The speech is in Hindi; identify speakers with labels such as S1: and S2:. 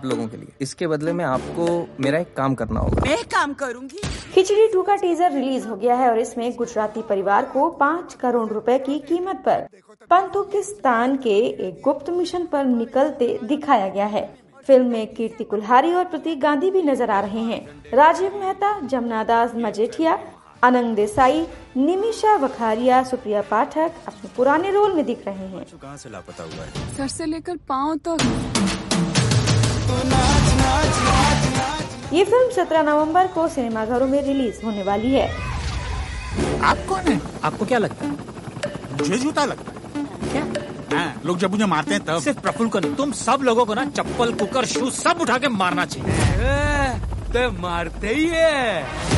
S1: आप लोगों के लिए इसके बदले में आपको मेरा एक काम करना होगा
S2: मैं काम करूंगी
S3: खिचड़ी टू का टीजर रिलीज हो गया है और इसमें गुजराती परिवार को पाँच करोड़ रुपए की कीमत पर पंतुकिस्तान के एक गुप्त मिशन पर निकलते दिखाया गया है फिल्म में कीर्ति कुल्हारी और प्रतीक गांधी भी नजर आ रहे हैं राजीव मेहता जमुना दास मजेठिया अनंग देसाई निमिषा वखारिया सुप्रिया पाठक अपने पुराने रोल में दिख रहे हैं
S4: कहाँ से लापता हुआ है
S5: सर से लेकर पाँव तक
S3: ये फिल्म 17 नवंबर को सिनेमाघरों में रिलीज होने वाली है
S4: आप कौन है आपको क्या लगता है मुझे जूता लगता है क्या हाँ, लोग जब मुझे मारते हैं तब
S6: सिर्फ प्रफुल्ल को नहीं तुम सब लोगों को ना चप्पल कुकर शूज सब उठा के मारना चाहिए
S7: ते मारते ही है